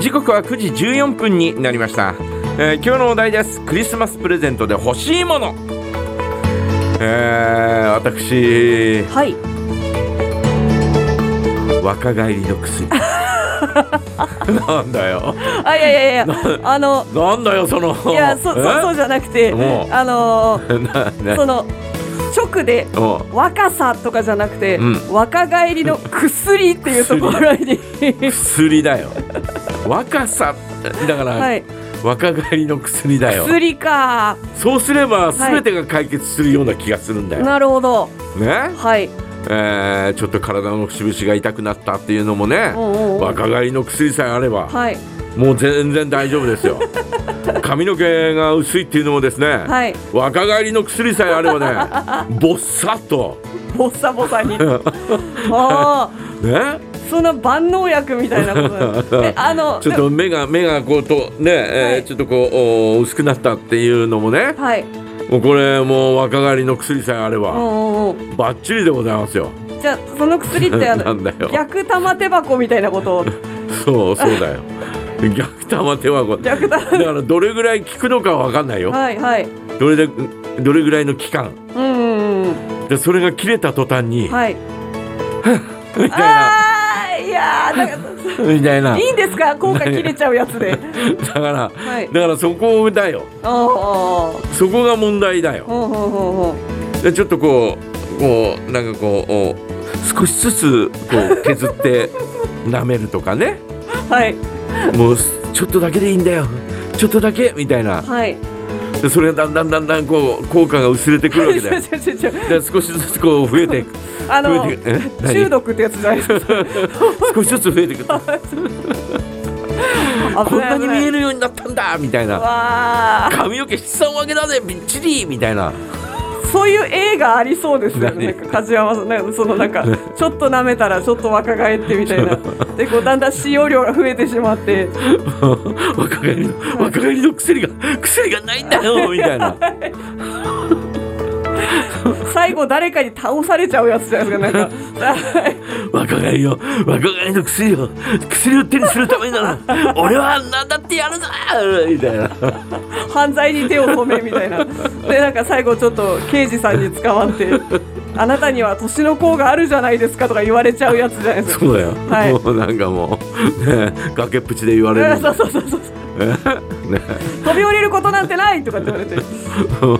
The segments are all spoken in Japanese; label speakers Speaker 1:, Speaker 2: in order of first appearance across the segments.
Speaker 1: 時刻は9時14分になりました、えー、今日のお題ですクリスマスプレゼントで欲しいものえー、私
Speaker 2: はい
Speaker 1: 若返りの薬 なんだよ
Speaker 2: あいやいやい やあの
Speaker 1: なんだよその
Speaker 2: いやそそそうじゃなくてあのー、その直で若さとかじゃなくて、うん、若返りの薬っていうところに
Speaker 1: 薬だよ若さだから、はい、若返りの薬だよ
Speaker 2: 薬か、
Speaker 1: そうすれば全てが解決するような気がするんだよ、はい
Speaker 2: なるほど
Speaker 1: ね
Speaker 2: はい
Speaker 1: えー、ちょっと体の節々が痛くなったっていうのもね若返りの薬さえあれば、
Speaker 2: はい、
Speaker 1: もう全然大丈夫です よ髪の毛が薄いっていうのもですね、
Speaker 2: はい、
Speaker 1: 若返りの薬さえあれば ねボッサッと
Speaker 2: ボッサボ サにああ
Speaker 1: ね
Speaker 2: そん万能薬みたいなこ となあの
Speaker 1: ちょっと目が目がこうとね、はい、えー、ちょっとこう薄くなったっていうのもね、
Speaker 2: はい、
Speaker 1: もうこれもう若返りの薬さえあればばっちりでございますよ
Speaker 2: じゃその薬っ てあの逆玉手箱みたいなこと
Speaker 1: そうそうだよ逆玉手箱
Speaker 2: 逆
Speaker 1: だからどれぐらい効くのかは分かんないよ
Speaker 2: はいはい
Speaker 1: どれでどれぐらいの期間
Speaker 2: うんうん、
Speaker 1: でそれが切れた途端に
Speaker 2: はい
Speaker 1: みたいない
Speaker 2: やだから
Speaker 1: みたいない
Speaker 2: いんです か効果切れちゃうやつで
Speaker 1: だから、はい、だからそこだよそこが問題だよでちょっとこうこうなんかこう少しずつこう削って舐めるとかね
Speaker 2: はい
Speaker 1: もうちょっとだけでいいんだよちょっとだけみたいな
Speaker 2: はい
Speaker 1: でそれがだんだんだんだんこう効果が薄れてくるわけだよで少しずつこう増えていく
Speaker 2: あの中毒ってやつじゃない ですか
Speaker 1: 少しずつ増えていくこんなに見えるようになったんだみたいな髪の毛質を上げだぜびっちりみたいな
Speaker 2: そういう映画ありそうですよね。梶山さん、なんかそのなんか、ちょっと舐めたら、ちょっと若返ってみた いな。で、こうだんだん使用量が増えてしまって。
Speaker 1: 若返りの、若返りの薬が、薬がないんだよみたいな。
Speaker 2: 最後誰かに倒されちゃうやつじゃないですか。なんか
Speaker 1: 若返りを、若返りの薬を、薬を手にするためなら、俺は何だってやるぞみたいな。
Speaker 2: 犯罪に手を止めみた いな。で、なんか最後ちょっと刑事さんに捕まって。あなたには年の功があるじゃないですかとか言われちゃうやつじゃないですか。
Speaker 1: そうだよ。
Speaker 2: はい、
Speaker 1: もうなんかもう、ね、崖っぷちで言われる。、
Speaker 2: そうそうそうそう。ね、飛び降りることなんてないとかって言われて、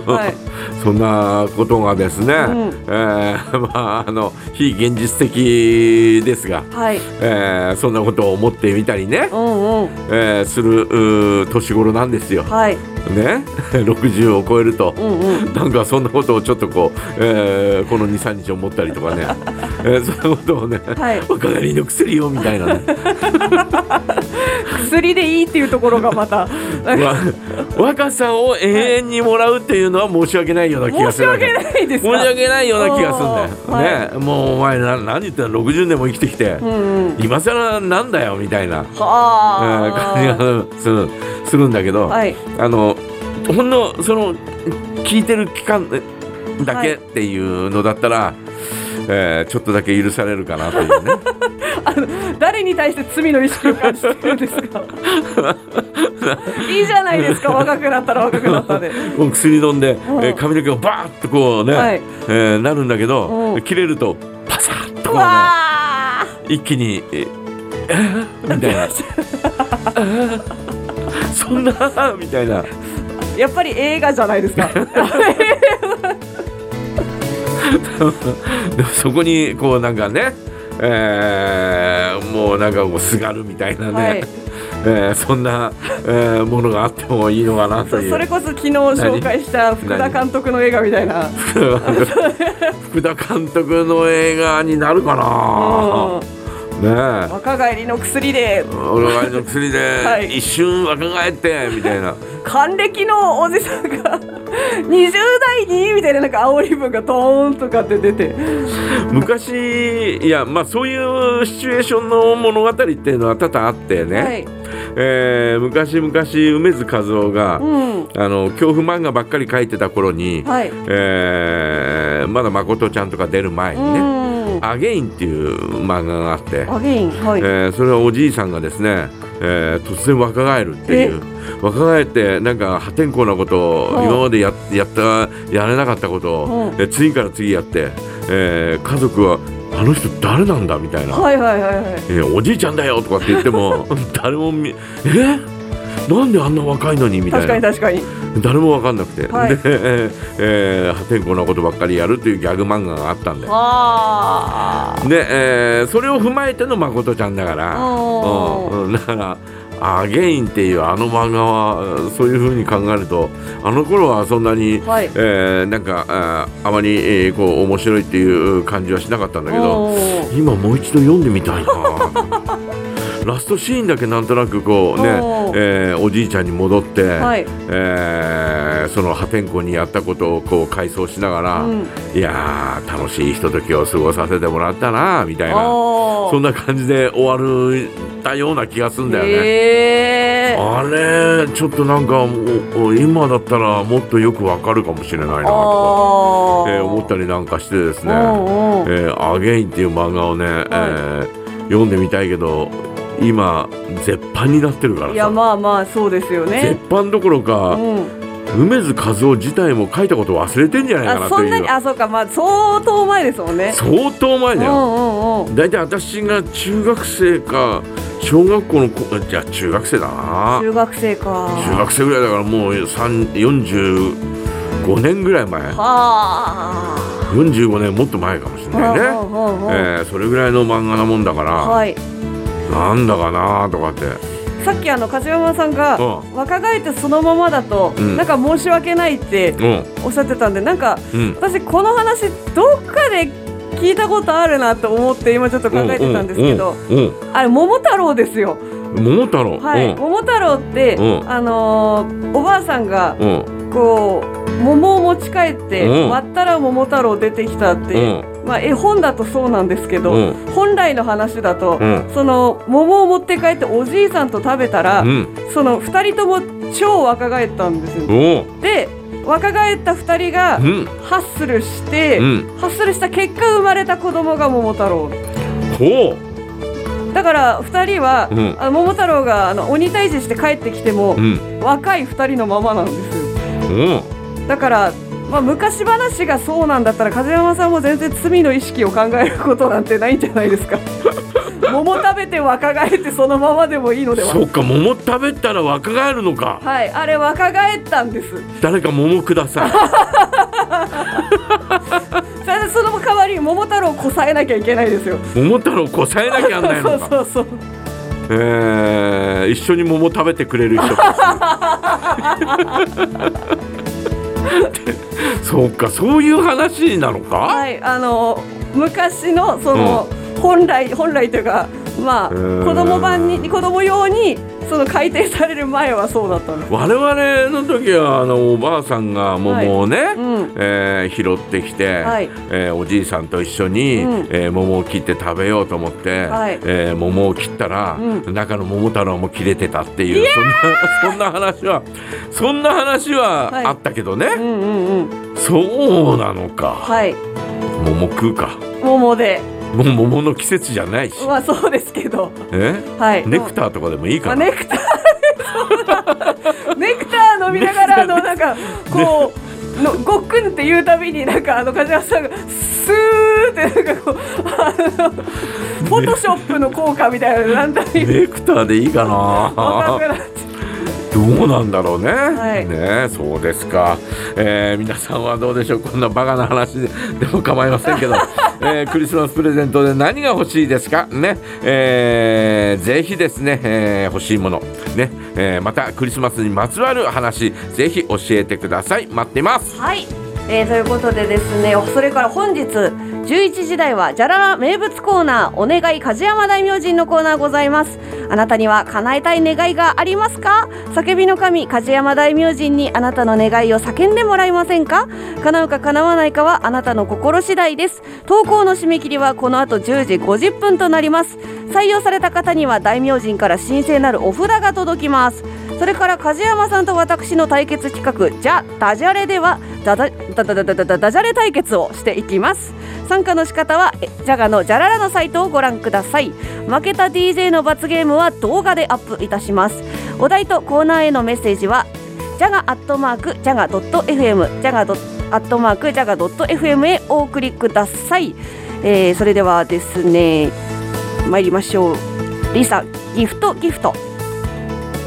Speaker 2: はい
Speaker 1: そんなことがですね、うん、えー、まああの非現実的ですが、
Speaker 2: はい、
Speaker 1: えー、そんなことを思ってみたりね、
Speaker 2: うんうん、
Speaker 1: えー、する年頃なんですよ。
Speaker 2: はい、
Speaker 1: ね60を超えると、
Speaker 2: うんうん、
Speaker 1: なんかそんなことをちょっとこう、えー、この23日思ったりとかね、 えー、そんなことをね、
Speaker 2: はい、
Speaker 1: 若返りの薬よみたいなね。
Speaker 2: 薬でいいっていうところがまた
Speaker 1: 若さを永遠にもらうっていうのは申し訳ないような気がする
Speaker 2: 申し訳ないです
Speaker 1: 申し訳ないような気がするんだよ、ね、はい、もうお前な何言ってんの60年も生きてきて、
Speaker 2: うんうん、
Speaker 1: 今更なんだよみたいな、うん、
Speaker 2: 感
Speaker 1: じがするするんだけど、
Speaker 2: はい、
Speaker 1: あのほんのその聞いてる期間だけっていうのだったら、はい、えー、ちょっとだけ許されるかなというね。
Speaker 2: あの誰に対して罪の意識を感じてるんですかいいじゃないですか若くなったら若くなったで
Speaker 1: 薬飲んで、えー、髪の毛がバーッとこうね、はい、えー、なるんだけど切れるとパサッとこうね一気に「えー、みたい な「そんな」みたいな
Speaker 2: やっぱり映画じゃないですか
Speaker 1: でもそこにこうなんかねえー、もうなんかこうすがるみたいなね、はい、えー、そんな、えー、ものがあってもいいのかなという
Speaker 2: それこそ昨日紹介した福田監督の映画みたいな
Speaker 1: 福田監督の映画になるかな、ね、
Speaker 2: 若返りの薬で
Speaker 1: 若返りの薬で、はい、一瞬若返ってみたい な
Speaker 2: 還暦のおじさんが 20代にみたいななんか煽り文がドーンとかって出て
Speaker 1: 昔いやまあそういうシチュエーションの物語っていうのは多々あってね、
Speaker 2: はい
Speaker 1: えー、昔々梅津和夫が、
Speaker 2: うん、
Speaker 1: あの恐怖漫画ばっかり描いてた頃に、
Speaker 2: はい、
Speaker 1: えー、まだ誠ちゃんとか出る前にね、うん「アゲイン」っていう漫画があって、
Speaker 2: はい、
Speaker 1: えー、それはおじいさんがですねえー、突然若返るっていう若返ってなんか破天荒なことを今までややったやれなかったことを、え次から次やって、えー、家族はあの人誰なんだみたいな、
Speaker 2: はいはいはいはい
Speaker 1: えー、おじいちゃんだよとかって言っても誰もみえー、なんであんな若いのにみたいな
Speaker 2: 確かに
Speaker 1: 誰も分かんなくて、はい、で、 えー、破天荒なことばっかりやるというギャグ漫画があったんでで、えー、それを踏まえての誠ちゃんだから、うん、だから「アゲイン」っていうあの漫画はそういうふうに考えるとあの頃はそんなに、はい、えー、なんかああまり、えー、こう面白いっていう感じはしなかったんだけど今もう一度読んでみ たいな。ラストシーンだけなんとなくこうねお,、えー、おじいちゃんに戻って、はい、えー、その破天荒にやったことをこう回想しながら、うん、いや楽しいひとときを過ごさせてもらったなみたいなそんな感じで終わるたような気がするんだよね。あれちょっとなんか今だったらもっとよくわかるかもしれないなとか、えー、思ったりなんかしてですね「おうおうえー、アゲイン」っていう漫画をね、はい、えー、読んでみたいけど今絶版になってるから
Speaker 2: いやまあまあそうですよね
Speaker 1: 絶版どころか、うん、梅津和夫自体も書いたこと忘れてんじゃないかなという
Speaker 2: あそうかまあ相当前ですもんね
Speaker 1: 相当前だよ大体、うんうん、私が中学生か小学校の子じゃあ中学生だな
Speaker 2: 中学生か
Speaker 1: 中学生ぐらいだからもう45年ぐらい前はあ45年もっと前かもしれないね、はあはあはあ、えー、それぐらいの漫画なもんだから、はいなんだかなとかって。
Speaker 2: さっきあの梶山さんが若返ってそのままだとなんか申し訳ないっておっしゃってたんでなんか私この話どっかで聞いたことあるなと思って今ちょっと考えてたんですけどあれ桃太郎ですよ
Speaker 1: 桃太郎
Speaker 2: はい桃太郎ってあのおばあさんがこう桃を持ち帰って割ったら桃太郎出てきたってまあ、絵本だとそうなんですけど、うん、本来の話だと、うん、その桃を持って帰っておじいさんと食べたら、うん、その2人とも超若返ったんですよ。で若返った2人がハッスルして、ハッスルした結果生まれた子供が桃太郎。だから2人は、あ桃太郎があの鬼退治して帰ってきても、若い2人のままなんですよ。だからまあ、昔話がそうなんだったら梶山さんも全然罪の意識を考えることなんてないんじゃないです か桃食べて若返ってそのままでもいいのでは
Speaker 1: そうか桃食べたら若返るのか
Speaker 2: はいあれ若返ったんです
Speaker 1: 誰か桃ください
Speaker 2: その代わり桃太郎こさえなきゃいけないですよ
Speaker 1: 桃太郎こさえなきゃなんないのかそうそうそうえー、一緒に桃食べてくれる人 そうか、そういう話なのか。
Speaker 2: はい、あの昔のその、うん、本来本来というか、まあ子供版に子供用にその改訂される前はそうだったんです。
Speaker 1: 我々の時はあのおばあさんが桃をね、はいうん、えー、拾ってきて、はい、えー、おじいさんと一緒に、うん、えー、桃を切って食べようと思って、はい、え桃を切ったら、うん、中の桃太郎も切れてたっていうそんな 話はそんな話はあったけどね。はいうんうんうん、そうなのか。はい、桃食うか。
Speaker 2: 桃で。
Speaker 1: もう桃の季節じゃないし。
Speaker 2: まあそうですけど。
Speaker 1: え？はい。ネクターとかでもいいかな。
Speaker 2: まあ、ネクターネクター飲みながらあのなんかこうのごっくんって言うたびになんかあの梶原さんがスーってなんかこうあのフォトショップの効果みたいななんだ
Speaker 1: ネクターでいいか な。どうなんだろうね。はい、ねそうですか、えー。皆さんはどうでしょう。こんなバカな話で も構いませんけど、えー、クリスマスプレゼントで何が欲しいですかね。えー、ぜひですね、えー、欲しいものね、えー、またクリスマスにまつわる話ぜひ教えてください。待ってます。
Speaker 2: はい。えー、ということでですねそれから本日11時台はじゃらら名物コーナーお願い梶山大明神のコーナーございますあなたには叶えたい願いがありますか叫びの神梶山大明神にあなたの願いを叫んでもらえませんか叶うか叶わないかはあなたの心次第です投稿の締め切りはこの後10時50分となります採用された方には大明神から神聖なるお札が届きますそれから梶山さんと私の対決企画じゃダジャレではダダダダダダダダジャレ対決をしていきます参加の仕方はえジャガのジャララのサイトをご覧ください負けた DJ の罰ゲームは動画でアップいたしますお題とコーナーへのメッセージはジャガアットマークジャガドット FM ジャガドアットマークジャガドット FM へお送りください、えー、それではですね参りましょうリサギフトギフト